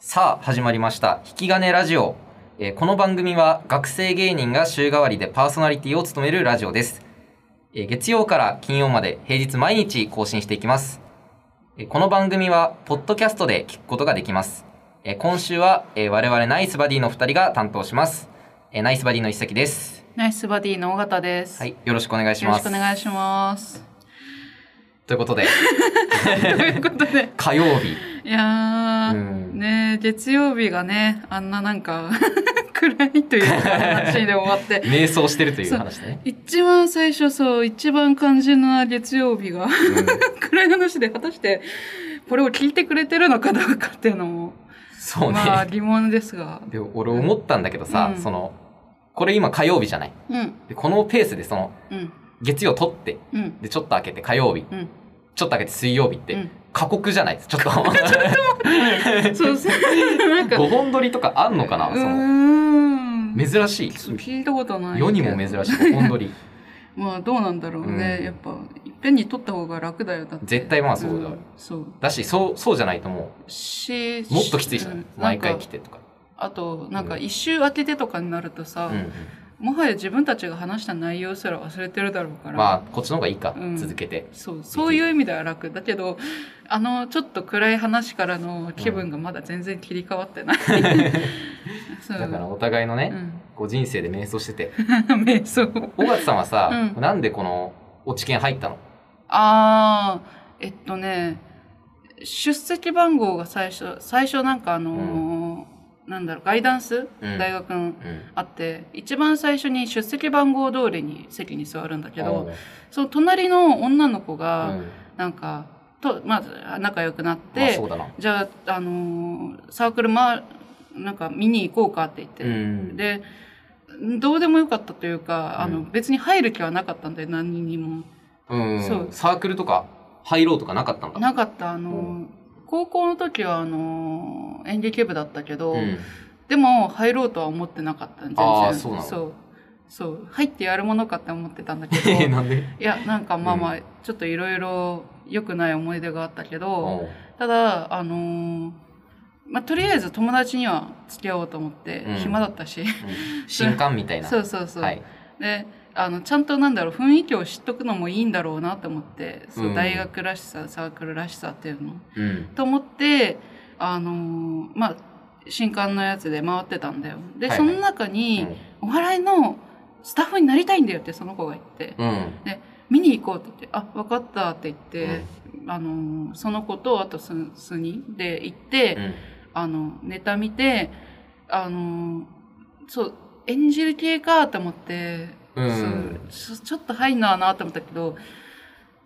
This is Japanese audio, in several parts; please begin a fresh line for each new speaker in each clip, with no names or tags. さあ始まりました「引き金ラジオ」えーこの番組は学生芸人が週替わりでパーソナリティを務めるラジオです、えー月曜から金曜まで平日毎日更新していきます、えーこの番組はポッドキャストで聞くことができます、えー今週は、えー我々ナイスバディの2人が担当します、えーナイスバディの一席です
ナイスバディの尾形です。
は
よ
いよろしくお願いし
ろ
ま
し
す
くお願いします。
ということで
ということで、
火曜日
いやー、
うん
ねえ月曜日がね、あんななんか 暗いというか話で終わって、
迷走してるという話でね
一番最初そう、一番肝心な月曜日が 暗い話で、果たしてこれを聞いてくれてるのかどうかっていうのも、
そうね、
まあ疑問ですが、
で俺思ったんだけどさ、
うん
そのこれ今火曜日じゃない
うん、
でこのペースでその
うん、
月曜取って
うん、
でちょっと開けて火曜日
うん、
ちょっと開けて水曜日って、
うん
過酷じゃないですちょっと
そうそう、なんか、
5本撮りとかあんのかな
う
その
ーん、
珍しい
聞いたことないけど。
世にも珍しい5本撮り
まあどうなんだろうね、
うん
やっぱいっぺんに取った方が楽だよだって
絶対まあそうだ
んそう
だしそうそうじゃないとも
し
うもっときついじゃない、
うん
毎回
なん
来
か
てとか
あとなんか一周空けてとかになるとさ、
うんうん
もはや自分たちが話した内容すら忘れてるだろうから、
まあこっちの方がいいか、
うん
続けて
そうそういう意味では楽だけどあのちょっと暗い話からの気分がまだ全然切り替わってない、 そう
だからお互いのね、
う
こう人生で迷走してて
ん 瞑想
尾形さんはさ、
うん
なんでこの落ち券入ったの
ああえっとね出席番号が最初最初なんかあのーなんだろうガイダンス、
うん
大学の
うん
あって一番最初に出席番号通りに席に座るんだけどその隣の女の子
あー
が
うん
なんか、とまず仲良くなっ
まあ
て、
そうだな。
じゃあ、あのーサークル、ま、なんか見に行こうかって言って、
ん
でどうでもよかったというかあの、
うん
別に入る気はなかったんで何にも。
うん、
そう
サークルとか入ろうとかなかったんだ。
なかった。あの、
うん
高校の時は、あの、演劇部だったけど、
うん、
でも入ろうとは思ってなかった。全然。
あーそうなの
そう。そう入ってやるものかって思ってたんだけど、
え
い
なんで
や、なんかまあまあ、
う
ちょっといろいろ良くない思い出があったけど、
おう
ただ、あのーまあ、とりあえず友達には付き合おうと思って、
うん
暇だったし、
新刊みたいな。
そうそうそう。
はい。
であのちゃんとなんだろう雰囲気を知っとくのもいいんだろうなと思って、そう
うん
大学らしさサークルらしさっていうのを
うん。
と思ってあのーまあ新刊のやつで回ってたんだよで、
はいはい
その中に、お笑いのスタッフになりたいんだよってその子が言って、
うん。
見に行こうって言って「あ分かった」って言って、あのーその子とあと数数人で行って、
うん。
あのネタ見てあのーそう演じる系かと思って、
うん
そうちょちょっと入んなあなと思ったけど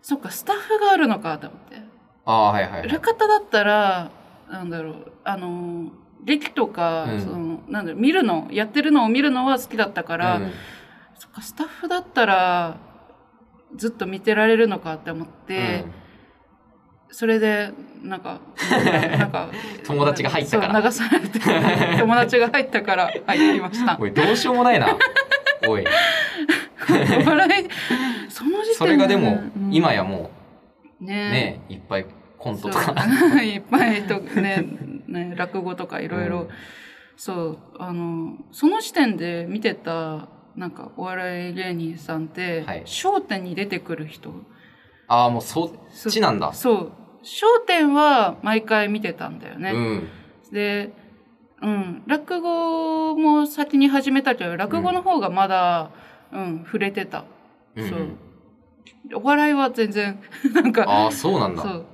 そっかスタッフがあるのかと思って。
ああ、はいはい。
裏方だったらなんだろうあの劇とか、
うん
そのなんだろう見るのやってるのを見るのは好きだったから、
うん
そっかスタッフだったらずっと見てられるのかって思って、それでな んかなんか
友達が入ったから
そう流されて 友達が入ったから入りまし
う
た
ん、おい、どうしようもない な。おい、
お笑いその時点で
それがでも、
うん
今やもう、
ね
ね、いっぱいコントとか。
そういっぱいと ねね落語とかいろいろそうあのその時点で見てたなんかお笑い芸人さんって
はい
『笑点』に出てくる人
ああ、もうそっ
そ
ちなんだ。
そう『笑点』は毎回見てたんだよ
う
ね、
ん。
でうん落語も先に始めたけど落語の方がまだ、うん触れてた
うん
そうお笑いは全然 なんか
ああ、そうなんだ。
そう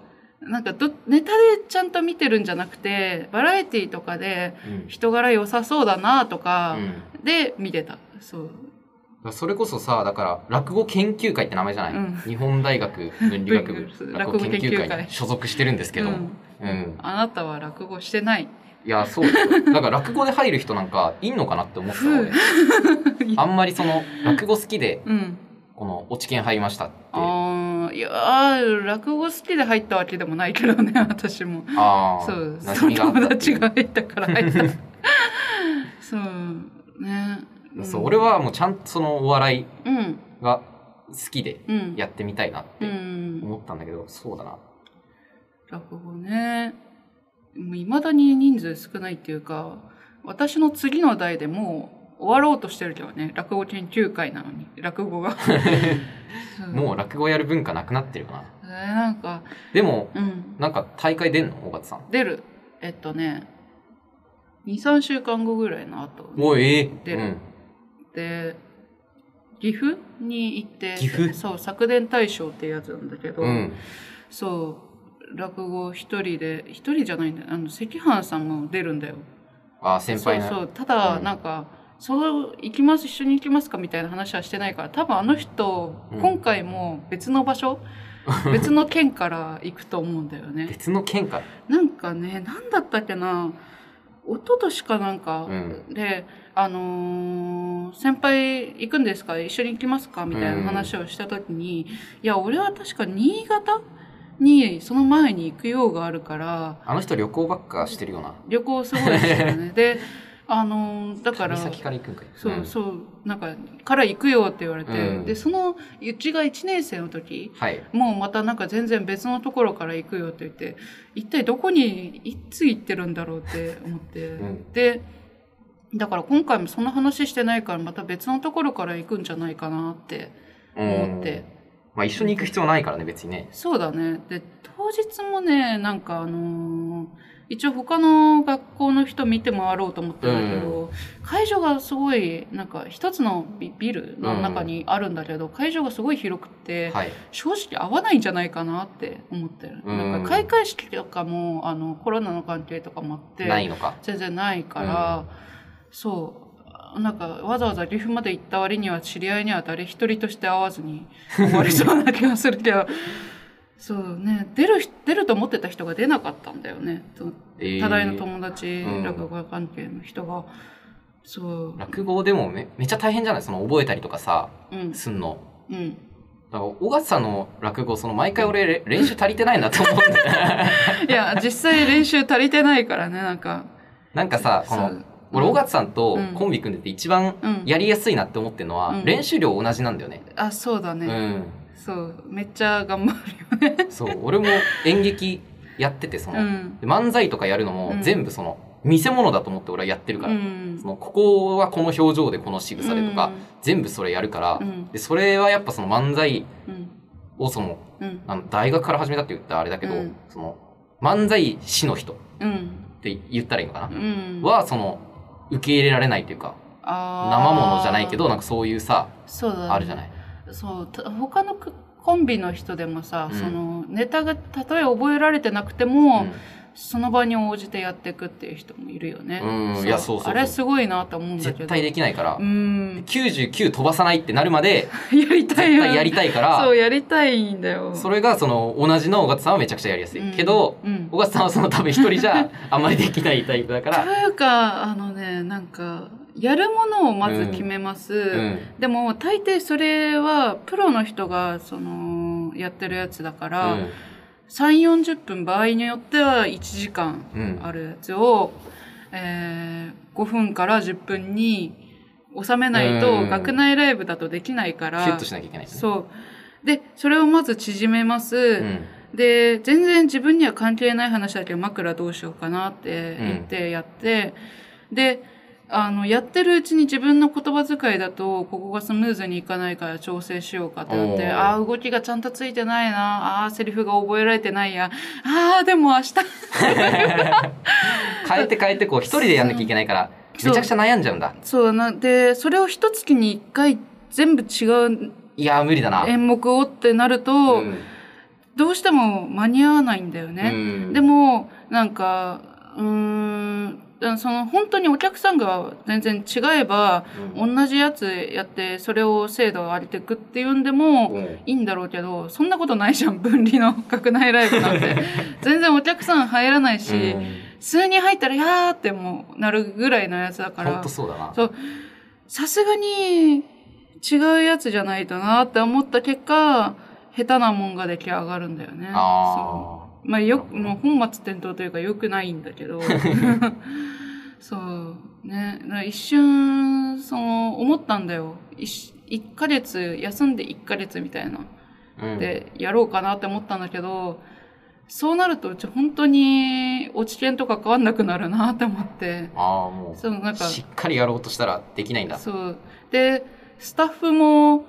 なんかどネタでちゃんと見てるんじゃなくてバラエティーとかで
うん
人柄良さそうだなとか
うんだか
で見てた、そう
らそれこそさだから落語研究会って名前じゃない、
うん
日本大学文理学部
文理
落語研
落語研
究
究
会
会
に所属してるんですけど、
うん
うん、
あなたは落語してない
いやそうですよなんか落語で入る人なんかいんのかなって思ってた俺 あんまりその落語好きで
うん
この落ち券入りましたってあ
あーいやー落語好きで入ったわけでもないけどね 私も
あー
そう
馴
そ
染
の
みがあった
友
ってい
達
う
が入っ たから入ったそうね
そう俺はもうちゃんとそのお笑い
うん
が好きで
うん
やってみたいなっ
う
て
ん
思ったんだけど、そうだな
落語ねもう未だに人数少ないっていうか、私の次の代でもう終わろうとしてるけどね、落語研究会なのに、落語 が。そう
もう落語やる文化なくなってるかな
えーなんか、
でも
うん、
なんか大会出んの尾形さん
出る。えっとね、2、3週間後ぐらいの後
おいええ
出るで、岐阜に行って、
岐阜
そう、作伝大賞っていうやつなんだけど、
うん、うん、
そう、落語一人で、一人じゃないんだよ。あの、赤飯さんも出るんだよ。
あー先輩の
そうそうただ
うん
なんか、そう行きます一緒に行きますかみたいな話はしてないから多分あの人、
うん
今回も別の場 所別の県から行くと思うんだよね
別の県から
なんかね何だったっけな一昨年かなんか、
うん
であのー先輩行くんですか一緒に行きますか?」みたいな話をした時に「いや俺は確か新潟にその前に行く用があるから
あの人旅行ばっかしてるような
旅行すごいですよ ねであのーだから
旅先から行くんかい
そう、
ん
そうなんか「から行くよ」って言われて、
うん
でそのうちが1年生の時
はい
もうまたなんか全然別のところから行くよって言って一体どこにいつ行ってるんだろうって思って、
ん
でだから今回もそんな話してないからまた別のところから行くんじゃないかなって思って、
うんまあ一緒に行く必要ないからね別にね
そうだねで当日もねなんかあのー一応他の学校の人見て回ろうと思ってたんだけど、会場がすごいなんか一つのビビルの中にあるんだけど、会場がすごい広くて、
はい
正直合わないんじゃないかなって思ってる、
うん
なんか開会式とかもあのコロナの関係とかもあって
ないのか
全然ないから、そうなんかわざわざ岐阜まで行った割には知り合いには誰一人として会わずに終わりそうな気がする けどそうね出る出ると思ってた人が出なかったんだよねと
ええ
多大の友達、
うん
落語関係の人がそう
落語でもめめっちゃ大変じゃないその覚えたりとかさ
うん
すんの
うん
だから尾形さんの落語その毎回俺れ練習足りてないなと 思うんだよ
いや実際練習足りてないからねなんか
なんかさこ
そ
の
う
俺尾形さんと
うん
コンビ組んでて一番
うん
やりやすいなって思ってるのは、
うん
練習量同じなんだよね
あそうだ
う
ね、
ん
そうめっちゃ頑張るよね
そう俺も演劇やっててその、
うん
で漫才とかやるのも
うん
全部その見せ物だと思って俺はやってるから、
うん
そのここはこの表情でこの仕草でとか、
うん
全部それやるから、
うん
でそれはやっぱその漫才
うん
をその
うん
あの大学から始めたって言ったらあれだけど、
うん
その漫才師の人っ
うん
て言ったらいいのかな、
うん
はその受け入れられないというか生
生
ものじゃないけどなんかそういうさ
そうだ、ね、
あるじゃない、
そうた他のくコンビの人でもさ、
うん
そのネタがたとえ覚えられてなくても、その場に応じてやっていくっていう人もいるよね、
うんいやそうそうそう
あれすごいなと思う
うんん
だけど
絶対できないから
う、ん
99飛ばさないってなるまで
やりたい
絶対やり
た
たいか
そう
ら
やりたいんだよ
それがその同じの尾形さんはめちゃくちゃやりやすい、
うん
けど
うん
尾形さんはその多分一人じ ゃあんまりできないタイプだか
と
ら、
いうかあのねなんかやるものをまず決めます、
うん
でも大抵それはプロの人がそのやってるやつだか
う
ら、
ん
3、40分場合によっては1時間
うん
あるやつを、えー5分から10分に収めないと、
うん
学内ライブだとできないか
キ
ら、
ュッとしなきゃいけないですね
そう。で、それをまず縮めます。で、全然自分には関係ない話だけど、枕どうしようかなって言ってやって、で、あの、やってるうちに自分の言葉遣いだと、ここがスムーズにいかないから調整しようかってなっ
お
て、
ー
ああ、動きがちゃんとついてないな、ああー、セリフが覚えられてないや、ああ、でも明日、
変えて変えてこう一人でやんなきゃいけないから
そう
めちゃくちゃ悩んじゃうんだ
そうな、で、それを一月に一回全部違う
いやー無理だな、
演目をってなると、
うん
どうしても間に合わないんだよね。
うん
でもなんかうーんその本当にお客さんが全然違えば、
うん
同じやつやってそれを精度を上げていくっていうんでも、
うん
いいんだろうけどそんなことないじゃん分離の学内ライ ブなんて全然お客さん入らないし、
うん
数人入ったら「やー」ってもうなるぐらいのやつだか
ほん
ら
とそうだな
そうさすがに違うやつじゃないとなって思った結果下手なもんが出来上がるんだよね。そう
あ
まあよ
なるほ
く、
ど
もう本末転倒というか良くないんだけ ど。そう。ね。だから一瞬、その、思ったんだよ。一一ヶ月、休んで1ヶ月みたいな。
あ、うん
で、やろうかなって思ったんだけど、そうなるとうち本当に落ち券とか変わんなくなるなって思って
ああも
そうなん
う
か
しっかりやろうとしたらできないんだ
そうでスタッフも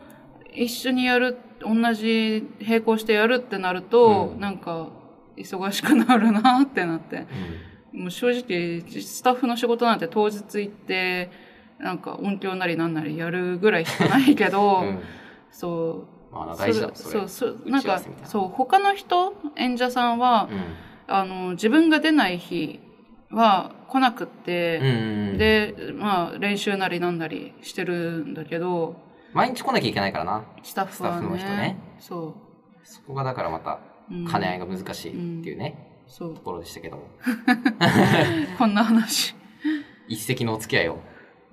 一緒にやる同じ並行してやるってなると、
うん
なんか忙しくなるなってなって
う
もう正直スタッフの仕事なんて当日行ってなんか音響なりなんなりやるぐらいしかないけど、
ん、 うん
そう
まあ大事だ
そ
そ
れ
れ
そうそう
打
なん
ち合わ
か
せみたいな
そう他の人演者さんは、
う
あの自分が出ない日は来なくって
ん、うんうん、
でまあ練習なりなんなりしてるんだけど
毎日来なきゃいけないからな
スタッフは
スタッフの
ね
人ね
そ
そこがだからまた
う、うん
兼ね合いが難しいっていうね、
そう
ところでしたけども
こんな話
一席のお付き合いを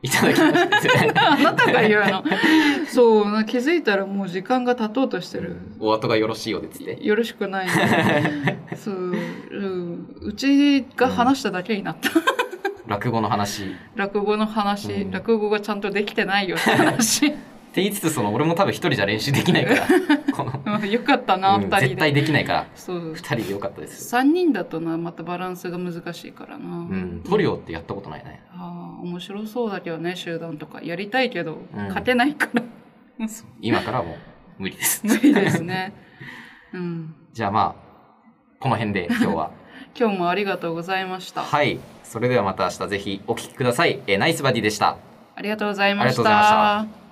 いただきまして
あなたが言う のそうな気づいたらもう時間が経とうとしてる、
お後がよろしいようでつって
よろしくな いねそう、うん、うちが話しただけになった
落語の話っ
落語の話、
うん
落語がちゃんとできてないよっ て話
て言いつつその俺も多分一人じゃ練習できないから この、
うんよかったな、
うん
二人
絶
で
対できないから
そう
二人でよかったです
3人だとなまたバランスが難しいからな、
うんトリオってやったことないね
ああ面白そうだけどね集団とかやりたいけど、
ん
勝てないから
今からはもう無理です
無理です ねうん
じゃあまあこの辺で今日 は
今日もありがとうございました、
はいそれではまた明日ぜひお聞きください、えーナイスバディでした
ありがとうござい
ありがとうございました